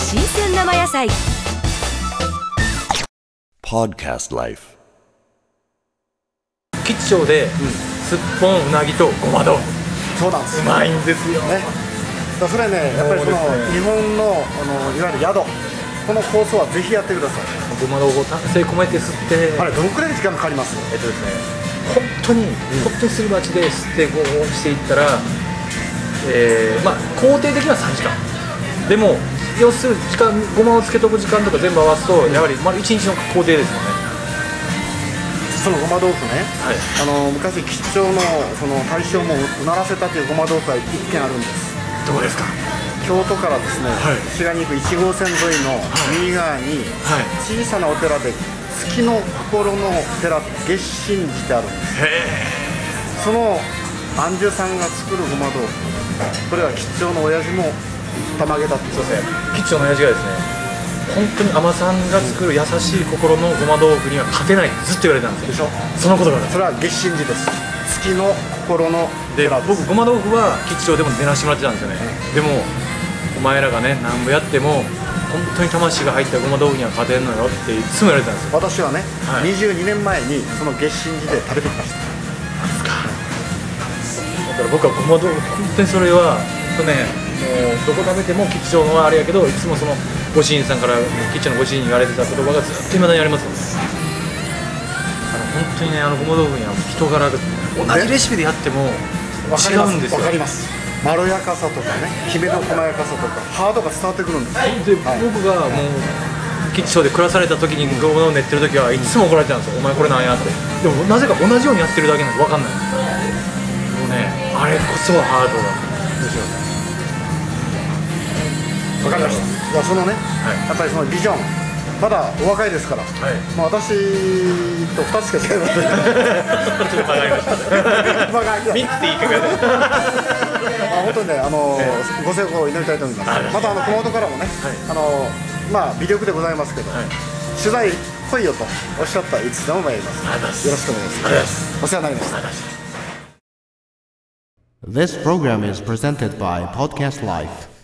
生野菜 Podcast Life. 吉祥ですっぽんうなぎとごま丼そうなんですうよねまいんですよだからそれねやっぱりそのそうですね日本のあのいわゆる宿この構想はぜひやってくださいごま丼を丹精込めて吸ってあれどのくらい時間かかりますえっとですね本当に本当にすり鉢で吸ってごぼうしていったらえーまあ工程的には3時間でも要する時間ごまをつけとく時間とか全部合わすとやはり丸1日の工程ですよねそのごま豆腐ねはいあの昔吉祥のその大将もうならせたというごま豆腐が一軒あるんですどうですか京都からですね、はい滋賀に行く1号線沿いの右側にはい小さなお寺で月の心のお寺月神寺ってあるんですその安住さんが作るごま豆腐これは吉祥の親父も玉揚げだってそうですね吉祥の親父がですね本当に海さんが作る優しい心のごま豆腐には勝てないってずっと言われてたんですよでしょそのことがそれは月神寺です月の心ので寺です僕ごま豆腐は吉祥でも出らしてもらってたんですよねでもお前らがね何ぼやっても本当に魂が入ったごま豆腐には勝てんのよっていつも言われてたんですよ私はね、はい22年前にその月神寺で食べてきましただから僕はごま豆腐本当にそれは本当ねもうどこ食べても吉祥のあれやけどいつもそのご主人さんから吉祥のご主人に言われてた言葉がずっといまだにありますもんねだから本当にねあのごま豆腐には人柄が同じレシピでやってもわか違りまうんですすよわかりますまろやかさとかねきめの細やかさとかハードが伝わってくるんですで、はい僕がもう吉祥で暮らされた時にゴムを練ってる時はいつも怒られてたんですよ「お前これなんや」ってでもなぜか同じようにやってるだけなんで分かんないもうねあれこそはハードだですよねわかりましたいやそのね、いやっぱりそのビジョンまだお若いですから、はいまあ、私と2つしか違い ませんちょっと分かりました馬鹿3つでいいかがですまあ、本当にね、あのご成功を祈りたいと思います、はいまたあの熊本からもね、あのまあ、微力でございますけど、はい取材来いよとおっしゃったいつでも参ります、ありがとうございますよろしくお願いしありがとうございまますお世話になりました This program is presented by Podcast Life.